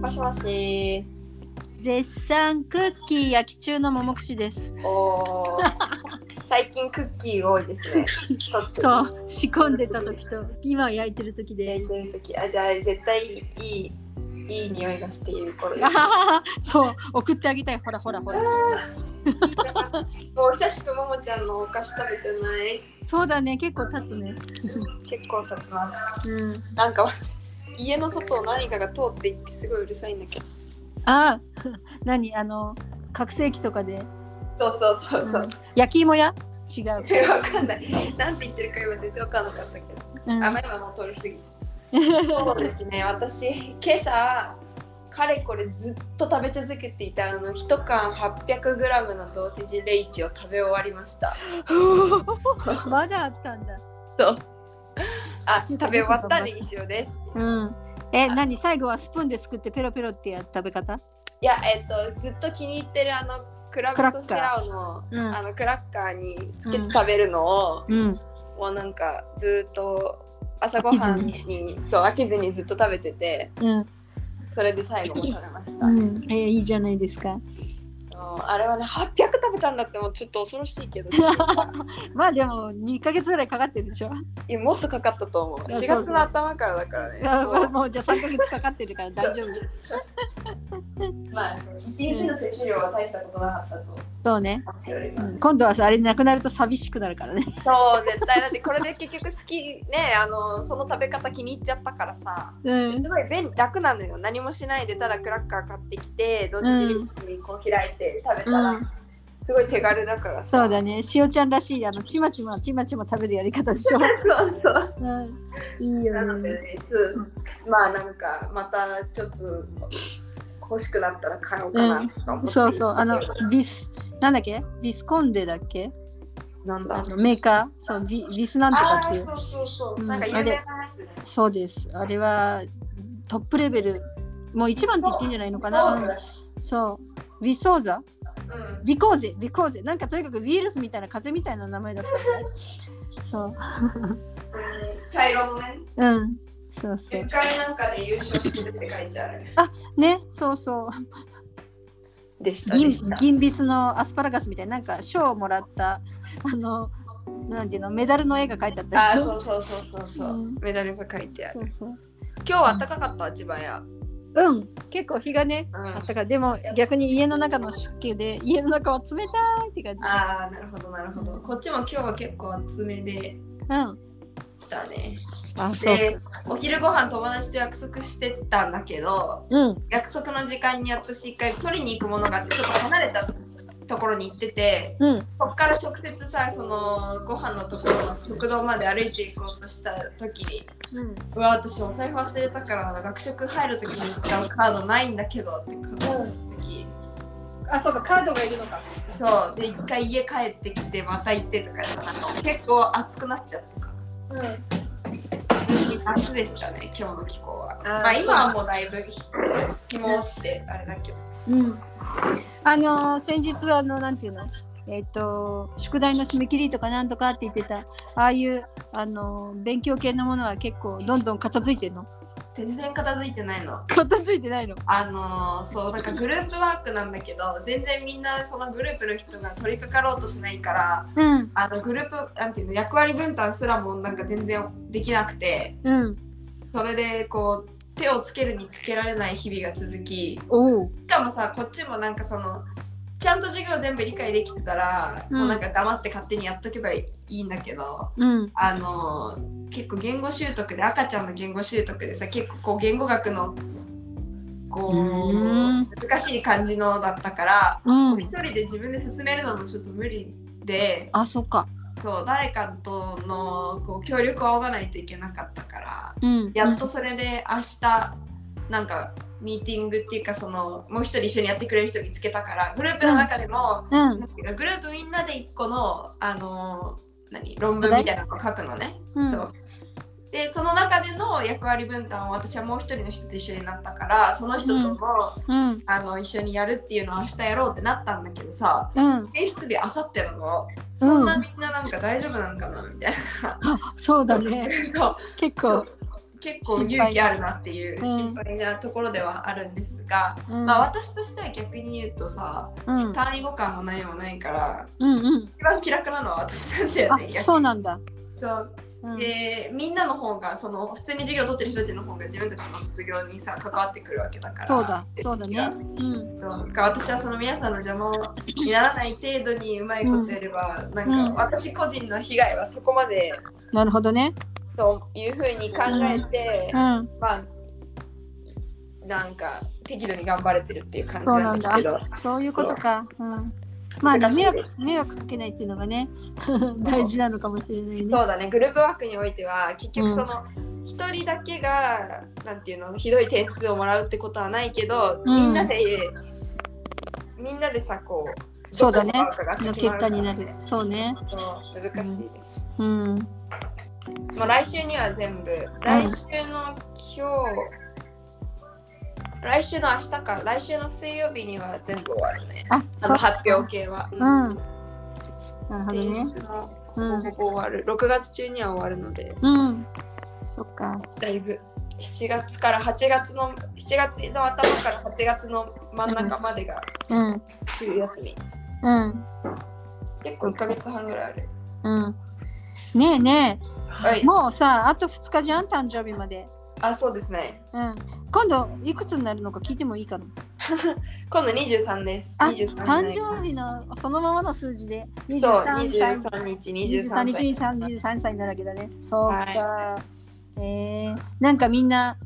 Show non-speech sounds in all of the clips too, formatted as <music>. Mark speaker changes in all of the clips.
Speaker 1: もしもし。
Speaker 2: 絶賛クッキー焼き中の桃串です。
Speaker 1: お
Speaker 2: <laughs>
Speaker 1: ー最近クッキー多いですね。。
Speaker 2: そうう、仕込んでた時と今焼いてる時で
Speaker 1: 焼。いてる時、あ、じゃあ、絶対いい、いい匂いがしている頃
Speaker 2: あははは <laughs> そう、送ってあげたい。ほらほらほら。
Speaker 1: もう久しくももちゃんのお菓子食べてない。
Speaker 2: そうだね、結構経つね。
Speaker 1: 結構経ちます。
Speaker 2: うん。
Speaker 1: なんか待って、家の外を何かが通っていって、すごいうるさいんだけど。
Speaker 2: あ、 <laughs> 何あの覚醒器とかで。
Speaker 1: そうそうそうそう
Speaker 2: う。ん焼き芋屋違う。
Speaker 1: え <laughs> わかんない。なんて言ってるか今全然わかんなかったけど。
Speaker 2: うん
Speaker 1: あ、まあ今もう通り過ぎた。そうですね、私、今朝、かれこれずっと食べ続けていたあの1缶 800g のソーセージレイチを食べ終わりました。
Speaker 2: まだあったんだ。
Speaker 1: あ、食べ終わったね、一緒です。
Speaker 2: うん。え、何最後はスプーンですくってペロペロってや食べ方？
Speaker 1: いや、えっ、と、ずっと気に入ってるあのクラブソシアオの
Speaker 2: クラッカーうん
Speaker 1: あのクラッカーにつけて食べるのを、
Speaker 2: うん。
Speaker 1: もうなんかずっと朝ごはんにそう飽きずにずっと食べてて、
Speaker 2: うん。
Speaker 1: それで最後も食べました。
Speaker 2: うん。えいいじゃないですか。
Speaker 1: あれはね、800食べたんだってもうちょっと恐ろしい <laughs> けど。
Speaker 2: まあでも2ヶ月ぐらいかかってるでしょ。
Speaker 1: いやもっとかかったと思う。
Speaker 2: い
Speaker 1: 4
Speaker 2: やそう
Speaker 1: 月
Speaker 2: そう
Speaker 1: の頭からだからね。
Speaker 2: あ <laughs> まあ
Speaker 1: も
Speaker 2: もうじゃあ3ヶ月かかってるから大丈夫。
Speaker 1: うまあ、一日の摂取量は大したことなかったと
Speaker 2: そうね。
Speaker 1: 思っており
Speaker 2: う
Speaker 1: ます。
Speaker 2: ん今度はさあれなくなると寂しくなるからね。
Speaker 1: そう、絶対だってこれで結局好きね、 <laughs> あのその食べ方気に入っちゃったからさ。
Speaker 2: うん。
Speaker 1: すごい便楽なのよ。何もしないでただクラッカー買ってきて、同時にこう開いて食べたら、
Speaker 2: うん
Speaker 1: すごい手軽だからさ。
Speaker 2: そうだね。しおちゃんらしいあのちまちまちまちま食べるやり方でしょ。
Speaker 1: そう <laughs> そう。
Speaker 2: <laughs> うん。いい
Speaker 1: な
Speaker 2: よ
Speaker 1: ので
Speaker 2: ね。
Speaker 1: ね、つまあなんかまたちょっと欲しくなったら買おうかなとか思って、
Speaker 2: そうそうあのビスなんだっけビスコンデだっけ
Speaker 1: なんだ
Speaker 2: あのメーカーそうビビスなんと
Speaker 1: あ
Speaker 2: かっ
Speaker 1: あー
Speaker 2: ていう
Speaker 1: そうそうそう、
Speaker 2: うん
Speaker 1: なんか有名なやつね
Speaker 2: そうですあれはトップレベルもう一番って言っていいんじゃないのか
Speaker 1: そ
Speaker 2: な
Speaker 1: う
Speaker 2: うん
Speaker 1: だ
Speaker 2: そうビソーザ
Speaker 1: うん
Speaker 2: ビコーゼビコーゼなんかとにかくウイルスみたいな風邪みたいな名前だったんだよそう
Speaker 1: うん茶色のね
Speaker 2: うんそうそう
Speaker 1: 10回なんかで優勝してるって書いてある
Speaker 2: ねそうそう
Speaker 1: でし
Speaker 2: 銀銀ビスのアスパラガスみたいななんか賞をもらったあのなんていうのメダルの絵が描いてあった
Speaker 1: あー
Speaker 2: り
Speaker 1: そうそうそうそうそう、
Speaker 2: うん
Speaker 1: メダルが書いてある
Speaker 2: そうそう
Speaker 1: 今日は暖かかった千葉や
Speaker 2: うん、結構日がね、
Speaker 1: うん
Speaker 2: あったから、でも逆に家の中の湿気で、家の中は冷たいって感
Speaker 1: ああなるほどなるほどこっちも今日は結構厚めで
Speaker 2: じ。うん。
Speaker 1: 来たね
Speaker 2: あ、そう。
Speaker 1: でお昼ご飯友達と約束してたんだけど
Speaker 2: うん。
Speaker 1: 約束の時間に私一回取りに行くものがあってちょっと離れたところに行ってて
Speaker 2: うん。
Speaker 1: そっから直接さそのご飯のところの食堂まで歩いていこうとした時に
Speaker 2: うん。
Speaker 1: 「うわ私お財布忘れたからあの学食入る時に使うカードないんだけど」って考えた時
Speaker 2: あ、そうか、カードがいるのか。
Speaker 1: そうで一回家帰ってきてまた行ってとかやったらなんか結構暑くなっちゃってさ
Speaker 2: うん。
Speaker 1: 夏でしたね今日の気候は
Speaker 2: あー
Speaker 1: まあ今はもうだいぶ日も落ちてあれだけど
Speaker 2: うん。あのー先日、あの、なんていうの。えっ、と、宿題の締め切りとか、なんとかって言ってた。ああいう、あのー勉強系のものは結構、どんどん片付いてんの。
Speaker 1: 全然片付いてないの
Speaker 2: 片付いてないの。
Speaker 1: あのーそうなんかグループワークなんだけど全然みんなそのグループの人が取り掛かろうとしないから
Speaker 2: うん。
Speaker 1: あのグループなんていうの役割分担すらもなんか全然できなくて
Speaker 2: うん。
Speaker 1: それでこう手をつけるにつけられない日々が続き
Speaker 2: おお。
Speaker 1: しかもさこっちもなんかそのちゃんと授業全部理解できてたら、
Speaker 2: うん
Speaker 1: もうなんか黙って勝手にやっとけばいいんだけど
Speaker 2: うん。
Speaker 1: あの結構言語習得で赤ちゃんの言語習得でさ結構こう言語学のこう
Speaker 2: うん
Speaker 1: 難しい感じのだったから
Speaker 2: う
Speaker 1: 一、。人で自分で進めるのもちょっと無理で
Speaker 2: あ、そっか。
Speaker 1: そう誰かとのこう協力を仰がないといけなかったから
Speaker 2: うん。
Speaker 1: やっと。それで明日なんかミーティングっていうかそのもう一人一緒にやってくれる人見つけたからグループの中でも、
Speaker 2: うん
Speaker 1: な。んていうのグループみんなで一個のあのー何論文みたいなのを書くのね。
Speaker 2: うん
Speaker 1: そうでその中での役割分担を私はもう一人の人と一緒になったからその人とも、
Speaker 2: うんうん。
Speaker 1: あの一緒にやるっていうのを明日やろうってなったんだけどさ
Speaker 2: うん。
Speaker 1: 提出日あさってなのそんなみんななんか大丈夫なんかなみたい
Speaker 2: あ、そう
Speaker 1: な、
Speaker 2: だね。
Speaker 1: <laughs> そう
Speaker 2: 結構。
Speaker 1: 結構勇気あるなっていう心配なところではあるんですが、
Speaker 2: うん
Speaker 1: まあ私としては逆に言うとさ
Speaker 2: うん
Speaker 1: 単位互換も何もないから
Speaker 2: うんうん
Speaker 1: 一番気楽なのは私なんだよね
Speaker 2: あそうなんだ、
Speaker 1: にそう
Speaker 2: うん
Speaker 1: でみんなの方がその普通に授業を取ってる人たちの方が自分たちの卒業にさ関わってくるわけだから
Speaker 2: そうだそうだねうん
Speaker 1: そうなんか私はその皆さんの邪魔にならない程度にうまいことやれば、なん
Speaker 2: うん
Speaker 1: か私個人の被害はそこまで
Speaker 2: なるほどね
Speaker 1: というふうに考えて、
Speaker 2: うん
Speaker 1: まあなんか適度に頑張れてるっていう感じなんですけど
Speaker 2: そういうことかうんまあね
Speaker 1: 難しい
Speaker 2: 迷
Speaker 1: で
Speaker 2: 惑迷惑かけないっていうのがね <laughs> 大事なのかもしれないね
Speaker 1: そうだねグループワークにおいては結局その一、人だけがなんていうのひどい点数をもらうってことはないけど、
Speaker 2: うん
Speaker 1: みんなでみんなでさこう
Speaker 2: そうだね
Speaker 1: どこのワークが
Speaker 2: の
Speaker 1: 先
Speaker 2: 結
Speaker 1: 回
Speaker 2: 果
Speaker 1: り
Speaker 2: になるそうね
Speaker 1: そう難しいです、
Speaker 2: うん
Speaker 1: もう来週には全部来週の今日来週の明日か来週の水曜日には全部終わるね
Speaker 2: あ
Speaker 1: あ
Speaker 2: そ
Speaker 1: の
Speaker 2: う
Speaker 1: 発表系は、
Speaker 2: うんなるほど
Speaker 1: 提
Speaker 2: ね
Speaker 1: 出のほぼほぼ終わる、6月中には終わるので
Speaker 2: うんそっか
Speaker 1: だいぶ7月から8月の7月の頭から8月の真ん中までが
Speaker 2: うん
Speaker 1: 冬休み
Speaker 2: うん
Speaker 1: 結構1ヶ月半ぐらいある
Speaker 2: うんねえね
Speaker 1: は
Speaker 2: え
Speaker 1: い
Speaker 2: もうさあと2日じゃん誕生日まで
Speaker 1: あそうですね
Speaker 2: うん今度いくつになるのか聞いてもいいかな
Speaker 1: 今度23です
Speaker 2: あ
Speaker 1: 23
Speaker 2: 誕
Speaker 1: 日
Speaker 2: 生日のそのままの数字で
Speaker 1: そう
Speaker 2: 23歳
Speaker 1: 23日
Speaker 2: 23
Speaker 1: 23
Speaker 2: 日
Speaker 1: 歳
Speaker 2: に3 23歳になるわけだね。そうか。
Speaker 1: は
Speaker 2: えーなんかみんな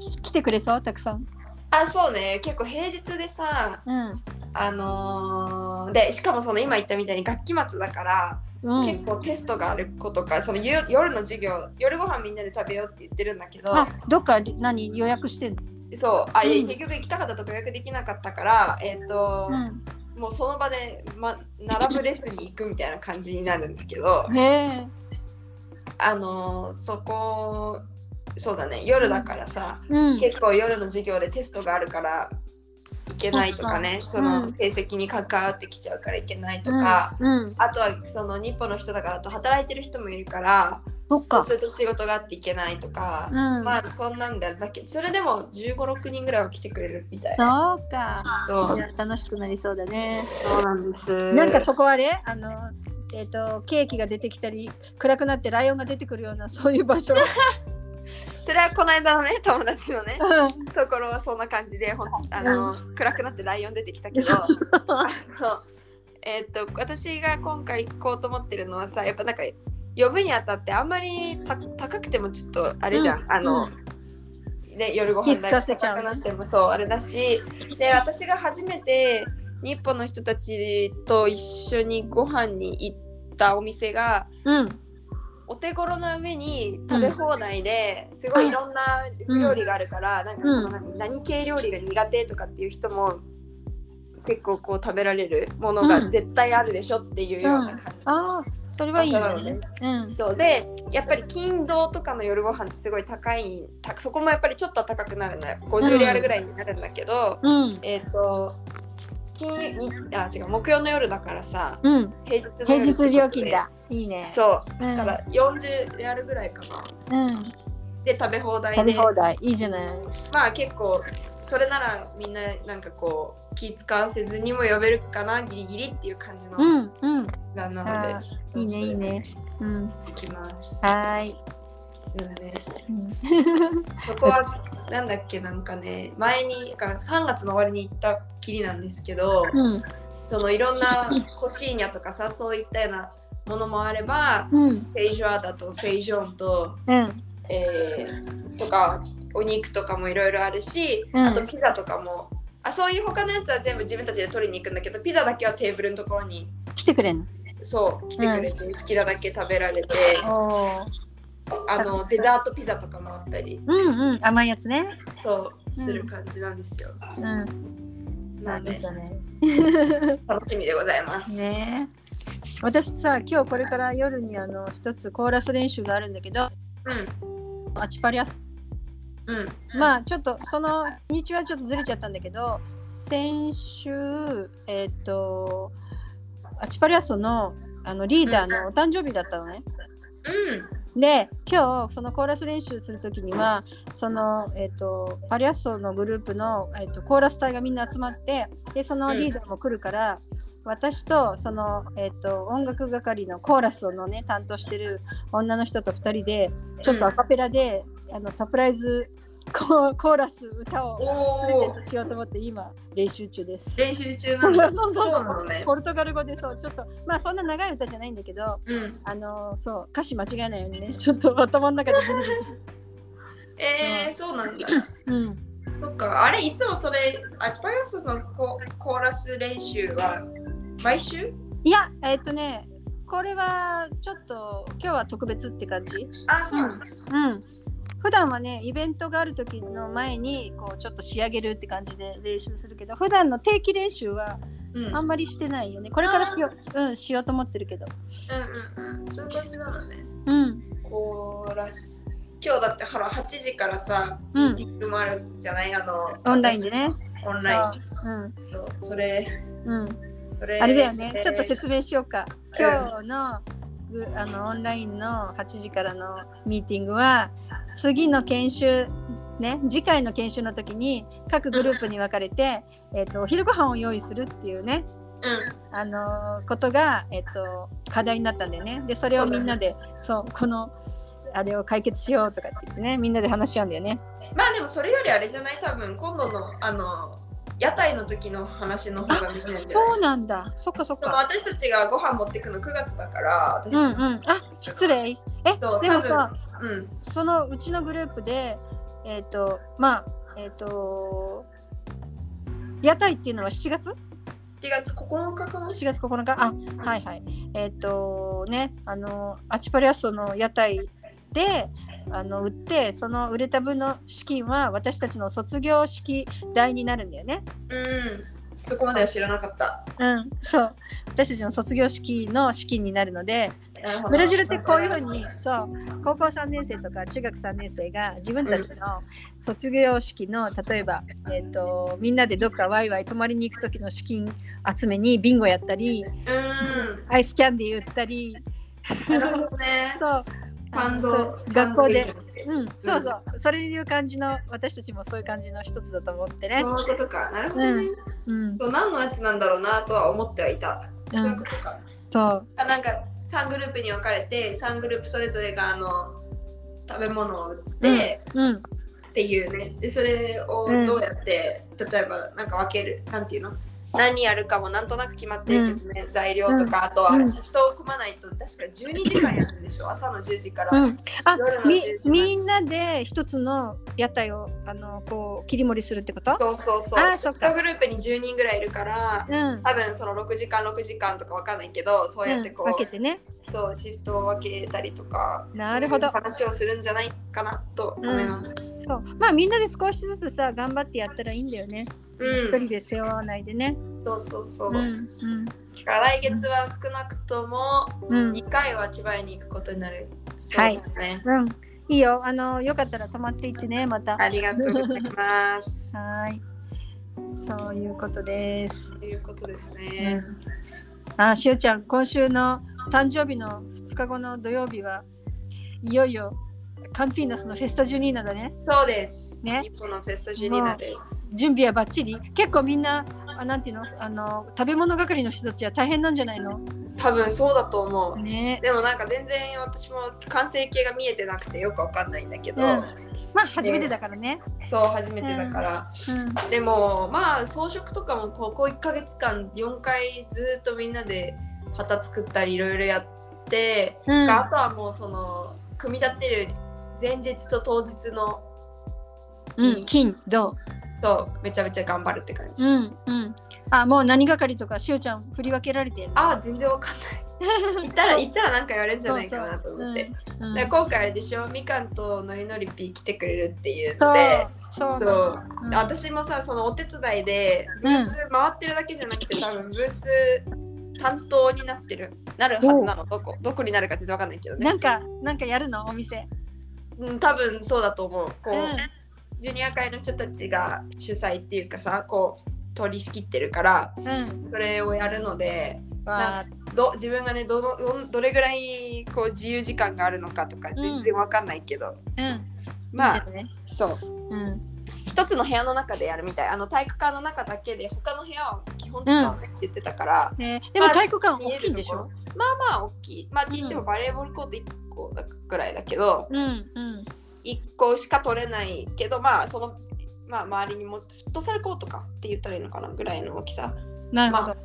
Speaker 2: き来てくれそうたくさん。
Speaker 1: あそうね結構平日でさ
Speaker 2: うん。
Speaker 1: あのーでしかもその今言ったみたいに学期末だから、
Speaker 2: うん、
Speaker 1: 結構テストがある子とかその夜夜の授業夜ご飯みんなで食べようって言ってるんだけど
Speaker 2: あどっかり何予約してんの、
Speaker 1: そうあ、いや
Speaker 2: うん
Speaker 1: 結局行きたかったとこ予約できなかったからえっ、と、
Speaker 2: う
Speaker 1: もうその場で、ま、並ぶ列に行くみたいな感じになるんだけど
Speaker 2: ん、へえ。
Speaker 1: あのーそこそうだね夜だからさ、
Speaker 2: うん。
Speaker 1: 結構夜の授業でテストがあるから行けないとかね
Speaker 2: そ
Speaker 1: そ
Speaker 2: っかう
Speaker 1: の
Speaker 2: ん
Speaker 1: 成績に関わってきちゃうから行けないとか、
Speaker 2: うん。うん
Speaker 1: あとはその日本の人だからと働いてる人もいるから
Speaker 2: そっ
Speaker 1: そ
Speaker 2: か
Speaker 1: う。すると仕事があって行けないとか
Speaker 2: う、ん。
Speaker 1: まあそんなんだだけどそれでも1 5 6人ぐらいは来てくれるみたい
Speaker 2: そうか。
Speaker 1: そ
Speaker 2: いうや楽しくなりそうだね。
Speaker 1: そうなんです
Speaker 2: なんかそこはねあのえっ、とケーキが出てきたり暗くなってライオンが出てくるようなそうい
Speaker 1: <laughs>
Speaker 2: う場所。
Speaker 1: それはこの間のね友達のね
Speaker 2: うん
Speaker 1: ところはそんな感じでほんあの、暗くなってライオン出てきたけどあのえっと私が今回行こうと思ってるのはさやっぱなんか呼ぶにあたってあんまりた高くてもちょっとあれじゃん、
Speaker 2: うん
Speaker 1: あの、
Speaker 2: う
Speaker 1: ね、夜ご飯
Speaker 2: 気使わせちゃうね
Speaker 1: 高くなってもそうあれだしで私が初めて日本の人たちと一緒にご飯に行ったお店が
Speaker 2: うん。
Speaker 1: お手頃な上に食べ放題で、すごいいろんな料理があるから、なんかこの何何系料理が苦手とかっていう人も結構こう食べられるもの
Speaker 2: う
Speaker 1: が
Speaker 2: ん
Speaker 1: 絶対あるでしょっていうような感じ。
Speaker 2: ああそれはいい
Speaker 1: 場所なのね
Speaker 2: ね。うん。
Speaker 1: そうでやっぱり金堂とかの夜ご飯ってすごい高いたそこもやっぱりちょっと高くなるのよ50リアルぐらいになるんだけど、
Speaker 2: うん。
Speaker 1: えっ、と金にあ違う木曜の夜だからさ
Speaker 2: うん。
Speaker 1: 平日の夜
Speaker 2: 平日料金だ。いいね。
Speaker 1: そう
Speaker 2: う
Speaker 1: だ
Speaker 2: ん
Speaker 1: から40リアルぐらいかな
Speaker 2: うん。
Speaker 1: で食べ放題
Speaker 2: 食べ
Speaker 1: で
Speaker 2: 放題。いいじゃない。
Speaker 1: まあ結構それならみんななんかこう気使わせずにも呼べるかなギリギリっていう感じの
Speaker 2: うん。うん。
Speaker 1: 旦那なの
Speaker 2: あ
Speaker 1: で、
Speaker 2: いいね。いいね。うん。は
Speaker 1: 行きます
Speaker 2: ーい。
Speaker 1: だからね
Speaker 2: うん
Speaker 1: そこはなんだっけなんかね前にだから3月の終わりに行ったっきりなんですけど
Speaker 2: うん。
Speaker 1: そのいろんなコシーニャとかさそういったようなものもあれば
Speaker 2: う
Speaker 1: フ
Speaker 2: ん。
Speaker 1: ェイジョアだとフェイジョンと
Speaker 2: うん。
Speaker 1: えーとかお肉とかもいろいろあるし、
Speaker 2: うん
Speaker 1: あとピザとかもあそういう他のやつは全部自分たちで取りに行くんだけどピザだけはテーブルのところに
Speaker 2: 来てくれんの。
Speaker 1: そう来てくれて、好きなだけ食べられて
Speaker 2: おお。
Speaker 1: あのデザートピザとかもあったり
Speaker 2: うんうん。甘いやつね。
Speaker 1: そうする感じなんですよ、
Speaker 2: うん。
Speaker 1: なの
Speaker 2: いい
Speaker 1: で
Speaker 2: じゃない。
Speaker 1: 楽しみでございます
Speaker 2: ねえ。私さ今日これから夜にあの一つコーラス練習があるんだけど
Speaker 1: うん
Speaker 2: アチパリアス
Speaker 1: うん
Speaker 2: まあちょっとその日中はちょっとずれちゃったんだけど先週えっ、とアチパリアソのあのリーダーのお誕生日だったのね。
Speaker 1: うん
Speaker 2: で今日そのコーラス練習する時にはその、えっとパリアッソのグループの、えっとコーラス隊がみんな集まってでそのリーダーも来るから、私とその、えっと音楽係のコーラスのね担当してる女の人と2人でちょっとアカペラで、あのサプライズコーコーラス歌をプレゼ
Speaker 1: お
Speaker 2: ン
Speaker 1: お
Speaker 2: ト。しようと思って今練習中です。
Speaker 1: 練習中
Speaker 2: <laughs>
Speaker 1: なんだ。そうなのね。
Speaker 2: ポルトガル語でそうちょっとまあそんな長い歌じゃないんだけど
Speaker 1: うん。
Speaker 2: あのそう歌詞間違えないようにね <laughs> ちょっと頭の中で、
Speaker 1: えー、そうなんだ。
Speaker 2: うん、
Speaker 1: そっか。あれ、いつもそれ、アチパリアスのココーラス練習は毎週
Speaker 2: いやえっとねこれはちょっと今日は特別って感じ
Speaker 1: あ、そうなんだ。
Speaker 2: うん普段はねイベントがある時の前にこうちょっと仕上げるって感じで練習するけど普段の定期練習は
Speaker 1: うん。うん
Speaker 2: あんまりしてないよねこれからしよううんしようと思ってるけど
Speaker 1: うんうん。そういう感じなのね。
Speaker 2: うん
Speaker 1: コーラス。今日だってほら8時からさ、ミ
Speaker 2: うん
Speaker 1: ーティングもあるじゃないあの、
Speaker 2: オンラインでね
Speaker 1: オンライ
Speaker 2: そう
Speaker 1: ンと。それ、
Speaker 2: うんうん
Speaker 1: それ。
Speaker 2: あれだよね、
Speaker 1: えー
Speaker 2: ちょっと説明しようか。今日の,、ぐあのオンラインの8時からのミーティングは次の研修ね次回の研修の時に各グループに分かれて、えっとお昼ご飯を用意するっていうね
Speaker 1: う
Speaker 2: あのーことが、えっと課題になったんだよね。でそれをみんなでそうこのあれを解決しようとかって言ってねみんなで話し合うんだよね。
Speaker 1: ん。まあでもそれよりあれじゃない多分今度のあの、屋台の時の話の方がみんないんじゃない
Speaker 2: そうなんだそっかそっ
Speaker 1: その
Speaker 2: か。
Speaker 1: 私たちがご飯持ってくの9月だから、私
Speaker 2: うんう
Speaker 1: た
Speaker 2: ん
Speaker 1: ち、
Speaker 2: あ失礼。えで
Speaker 1: そう
Speaker 2: もさ
Speaker 1: 多分うん、
Speaker 2: そのうちのグループでえっ、とまあえっ、と屋台っていうのは7月
Speaker 1: 7月9日かな
Speaker 2: ?7 月9日あはいはいえっ、とねあのアチパリアストの屋台であの売ってその売れた分の資金は私たちの卒業式代になるんだよね。
Speaker 1: うん。そこまでは知らなかった。
Speaker 2: うん、そう私たちの卒業式の資金になるので
Speaker 1: なるほど
Speaker 2: ブラジルってこういうふうにそう高校3年生とか中学3年生が自分たちの卒業式の例えば、えー、とみんなでどっかワイワイ泊まりに行く時の資金集めにビンゴやったり
Speaker 1: う
Speaker 2: アイスキャンディー売ったり
Speaker 1: ん。なるほどね。
Speaker 2: そう
Speaker 1: ファン
Speaker 2: あの
Speaker 1: ド
Speaker 2: そう。学校で
Speaker 1: フ。ァンドレイジング
Speaker 2: うん、そうそうそれいう感じの私たちもそういう感じの一つだと思ってね、
Speaker 1: そういうことか。なるほどね。
Speaker 2: うん、
Speaker 1: そう何のやつなんだろうなとは思ってはいた。
Speaker 2: うん
Speaker 1: そういうことか。
Speaker 2: そう
Speaker 1: あなんか3グループに分かれて、3グループそれぞれがあの食べ物を売って、
Speaker 2: うん
Speaker 1: っていうね。で、それを
Speaker 2: うん
Speaker 1: どうやって、例えばなんか分ける、なんていうの何やるかもなんとなく決まってるけどね、材料とか、あと
Speaker 2: うん
Speaker 1: はシフトを組まないと、確か12時間やるんでしょ、朝の10時から。
Speaker 2: うん、あ
Speaker 1: 夜の
Speaker 2: み
Speaker 1: 10時
Speaker 2: みんなで一つの屋台をあのこう切り盛りするってこと
Speaker 1: そうそうそう。
Speaker 2: あーそっか
Speaker 1: 1グループに10人ぐらいいるから、
Speaker 2: うん
Speaker 1: 多分その6時間6時間とかわかんないけどそうやってこ
Speaker 2: ん、分
Speaker 1: う、
Speaker 2: けてね
Speaker 1: そうシフトを分けたりとか
Speaker 2: なるほ
Speaker 1: そう
Speaker 2: ど
Speaker 1: いう話をするんじゃないかなと思います。
Speaker 2: そうまあみんなで少しずつさ頑張ってやったらいいんだよね
Speaker 1: うん
Speaker 2: 一、人で背負わないでね
Speaker 1: そうそうそう、
Speaker 2: うん
Speaker 1: だから来月は少なくとも
Speaker 2: うん
Speaker 1: 2回は千葉に行くことになるそうですね、
Speaker 2: うんいいよあのよかったら泊まっていってねまたは
Speaker 1: ありがとうございます
Speaker 2: ーいそういうことです、
Speaker 1: ということです
Speaker 2: う
Speaker 1: ね、
Speaker 2: ん、あしおちゃん今週の誕生日の2日後の土曜日はいよいよカンピーナスのフェスタジュニーナだね
Speaker 1: そうです、
Speaker 2: ね
Speaker 1: 日本のフェスタジュニーナです
Speaker 2: 準備はバッチリ結構みんなあなんていうのあの食べ物係の人たちは大変なんじゃないの
Speaker 1: 多分そうだと思う、
Speaker 2: ね
Speaker 1: でもなんか全然私も完成形が見えてなくてよくわかんないんだけど、
Speaker 2: うんまあ初めてだからね、
Speaker 1: そう初めてだから、
Speaker 2: うん
Speaker 1: でもまあ装飾とかもここ1ヶ月間4回ずっとみんなで旗作ったりいろいろやって、
Speaker 2: うん
Speaker 1: あとはもうその組み立てる前日と当日の
Speaker 2: うん、金銅
Speaker 1: とめちゃめちゃ頑張るって感じ、
Speaker 2: んうんあもう何係とかしおちゃん振り分けられてる
Speaker 1: ああ全然わかん
Speaker 2: <laughs>
Speaker 1: ない行ったら行ったらなんかやるんじゃないかなと思って
Speaker 2: うん
Speaker 1: で今回あれでしょみかんとのりのりぴー来てくれるっていう
Speaker 2: そ
Speaker 1: の
Speaker 2: う
Speaker 1: で
Speaker 2: そうなの
Speaker 1: そう
Speaker 2: うん
Speaker 1: 私もさそのお手伝いでブース回ってるだけじゃなくて、多分ブース担当になってるなるはずなのどこどこになるか全然わかんないけどね
Speaker 2: なんかなんかやるのお店
Speaker 1: うん多分そうだと思うこう、
Speaker 2: う
Speaker 1: ジュニア会の人たちが主催っていうかさこう取り仕切ってるから
Speaker 2: うん。
Speaker 1: それをやるので
Speaker 2: わ
Speaker 1: ど自分がねどのどんどれぐらいこう自由時間があるのかとか全然わかんないけど、
Speaker 2: ーうん。
Speaker 1: まあ
Speaker 2: 見てね
Speaker 1: そう
Speaker 2: うん。
Speaker 1: 一つの部屋の中でやるみたいあの体育館の中だけで他の部屋は基本使わないって言ってたから、
Speaker 2: えーでも
Speaker 1: まあ
Speaker 2: 体育館
Speaker 1: 見え
Speaker 2: 大きい
Speaker 1: る
Speaker 2: ん
Speaker 1: と
Speaker 2: でし
Speaker 1: ころ
Speaker 2: ょ。
Speaker 1: まあまあ大きいまあって言ってもバレーボールコート1個だぐらいだけど、
Speaker 2: うんうん。
Speaker 1: 1個しか取れないけどまあそのまあ周りにもフットサルコートかって言ったらいいのかなぐらいの大きさ
Speaker 2: なるほど。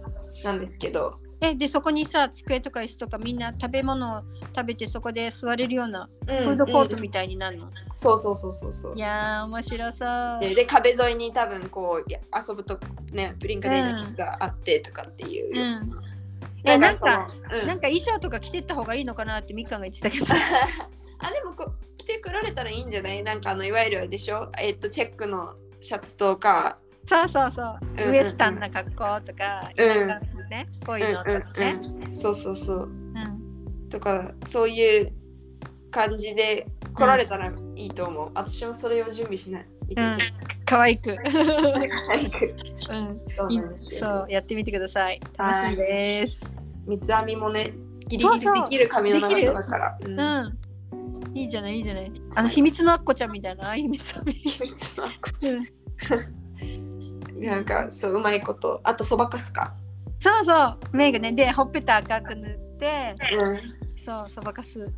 Speaker 1: なんですけど
Speaker 2: えでそこにさ机とか椅子とかみんな食べ物を食べてそこで座れるような
Speaker 1: フ
Speaker 2: フードコートみたいになるの、
Speaker 1: そうそうそうそうそう
Speaker 2: いやー面白そう
Speaker 1: でで壁沿いに多分こういや遊ぶとねブリンカデーのキスがあってとかっていう、
Speaker 2: うん
Speaker 1: な
Speaker 2: え
Speaker 1: ん
Speaker 2: な
Speaker 1: か
Speaker 2: ん
Speaker 1: そ
Speaker 2: か
Speaker 1: のうん
Speaker 2: なんか衣装とか着てった方がいいのかなってみっかんが言ってたけど
Speaker 1: <laughs> あでもこ来てくられたらいいんじゃないなんかあのいわゆるあれでしょえっとチェックのシャツとか
Speaker 2: そうそうそう、
Speaker 1: んうんうん
Speaker 2: ウエスタンな格好とか、
Speaker 1: うん
Speaker 2: なんかねこう
Speaker 1: う
Speaker 2: いうのとかね、
Speaker 1: んうんうん、そうそうそう
Speaker 2: うん
Speaker 1: とかそういう感じで来られたらいいと思う、私もそれを準備しないい
Speaker 2: うん可愛
Speaker 1: <laughs>
Speaker 2: く、うん、いそうやってみてください楽しみです、
Speaker 1: 三つ編みもねギリギリできる髪の長さだからうん <laughs>
Speaker 2: うんいいじゃないいいじゃないあの秘密のあっこちゃんみたいなああいう秘密の
Speaker 1: なんかそううまいことあとそばかすか、
Speaker 2: そうそうメイクねでほっぺた赤く塗って
Speaker 1: うん、
Speaker 2: そうそばかす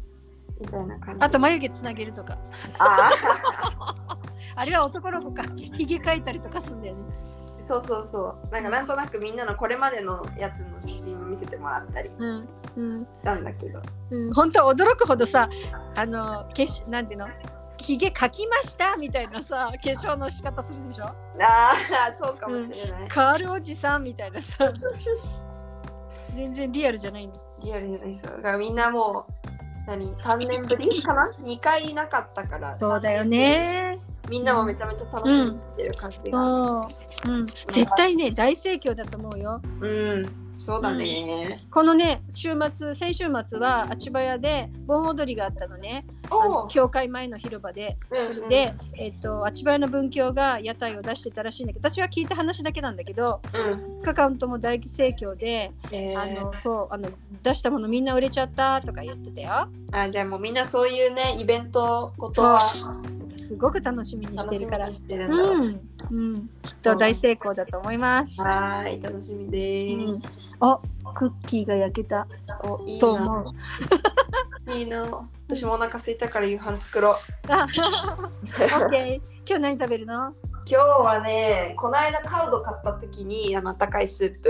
Speaker 1: みたいな感じ
Speaker 2: あと眉毛つなげるとか
Speaker 1: あ
Speaker 2: あれは男の子かひげ描いたりとかすんだよね
Speaker 1: ーそうそうそうなんかなんとなくみんなのこれまでのやつの写真見せてもらったり
Speaker 2: うんうん
Speaker 1: なんだけど
Speaker 2: うん本当驚くほどさあのけしなんていうのひげ描きましたみたいなさ化粧の仕方するでしょ
Speaker 1: ああそうかもしれない、
Speaker 2: カールおじさんみたいなさ
Speaker 1: そうそうそう
Speaker 2: 全然リアルじゃないんだ
Speaker 1: リアルじゃないですよだからみんなもう何3年ぶりか
Speaker 2: <laughs>
Speaker 1: な2回いなかったから
Speaker 2: そうだよね
Speaker 1: みんなもめちゃめちゃ楽しみにしてる感じが
Speaker 2: そう、うん、絶対ね大盛況だと思うよ
Speaker 1: うん、そうだね、
Speaker 2: このね週末先週末はあちばやで盆踊りがあったのねあの教会前の広場で
Speaker 1: うんうん
Speaker 2: で、えっと、あちばやの文教が屋台を出してたらしいんだけど私は聞いた話だけなんだけど
Speaker 1: うん
Speaker 2: 2日間とも大盛況で、
Speaker 1: え
Speaker 2: あ
Speaker 1: ー
Speaker 2: のそうあの出したものみんな売れちゃったとか言ってたよ
Speaker 1: あじゃあもうみんなそういうねイベントことは
Speaker 2: すごく楽しみにし
Speaker 1: 楽
Speaker 2: て
Speaker 1: し
Speaker 2: るか
Speaker 1: み
Speaker 2: ら
Speaker 1: に。してるんだろう、
Speaker 2: うんうん、きっと大成功だと思います。
Speaker 1: はーい楽しみです、
Speaker 2: おクッキーが焼けた
Speaker 1: おいい
Speaker 2: と思
Speaker 1: な
Speaker 2: う。
Speaker 1: いいな私もお腹空いたから夕飯作ろう
Speaker 2: <laughs> あオッケー今日何食べるのは
Speaker 1: 今日はねこの間カウド買った時にあの温かいスープ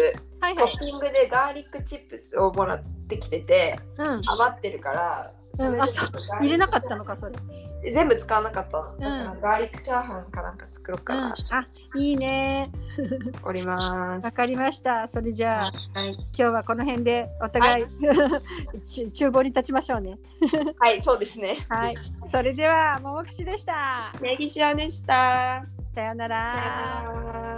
Speaker 2: い
Speaker 1: ト
Speaker 2: はい
Speaker 1: ッ。ピングでガーリックチップスをもらってきてて
Speaker 2: うん、
Speaker 1: 余ってるからそれでちょっとガーリック
Speaker 2: 入れなかったのかそれ。
Speaker 1: 全部使わなかったのだ
Speaker 2: ん
Speaker 1: からガーリックチャーハンかなんか作ろう
Speaker 2: う
Speaker 1: か
Speaker 2: ん、
Speaker 1: な、
Speaker 2: あいいね。
Speaker 1: おります
Speaker 2: わかりました。それじゃあ
Speaker 1: はい、
Speaker 2: 今日はこの辺でお互い、 <laughs> ち厨房に立ちましょうね。
Speaker 1: はい、そうですね
Speaker 2: はい。それではももくしでした。
Speaker 1: ネギ塩でした
Speaker 2: さようなら。
Speaker 1: さよなら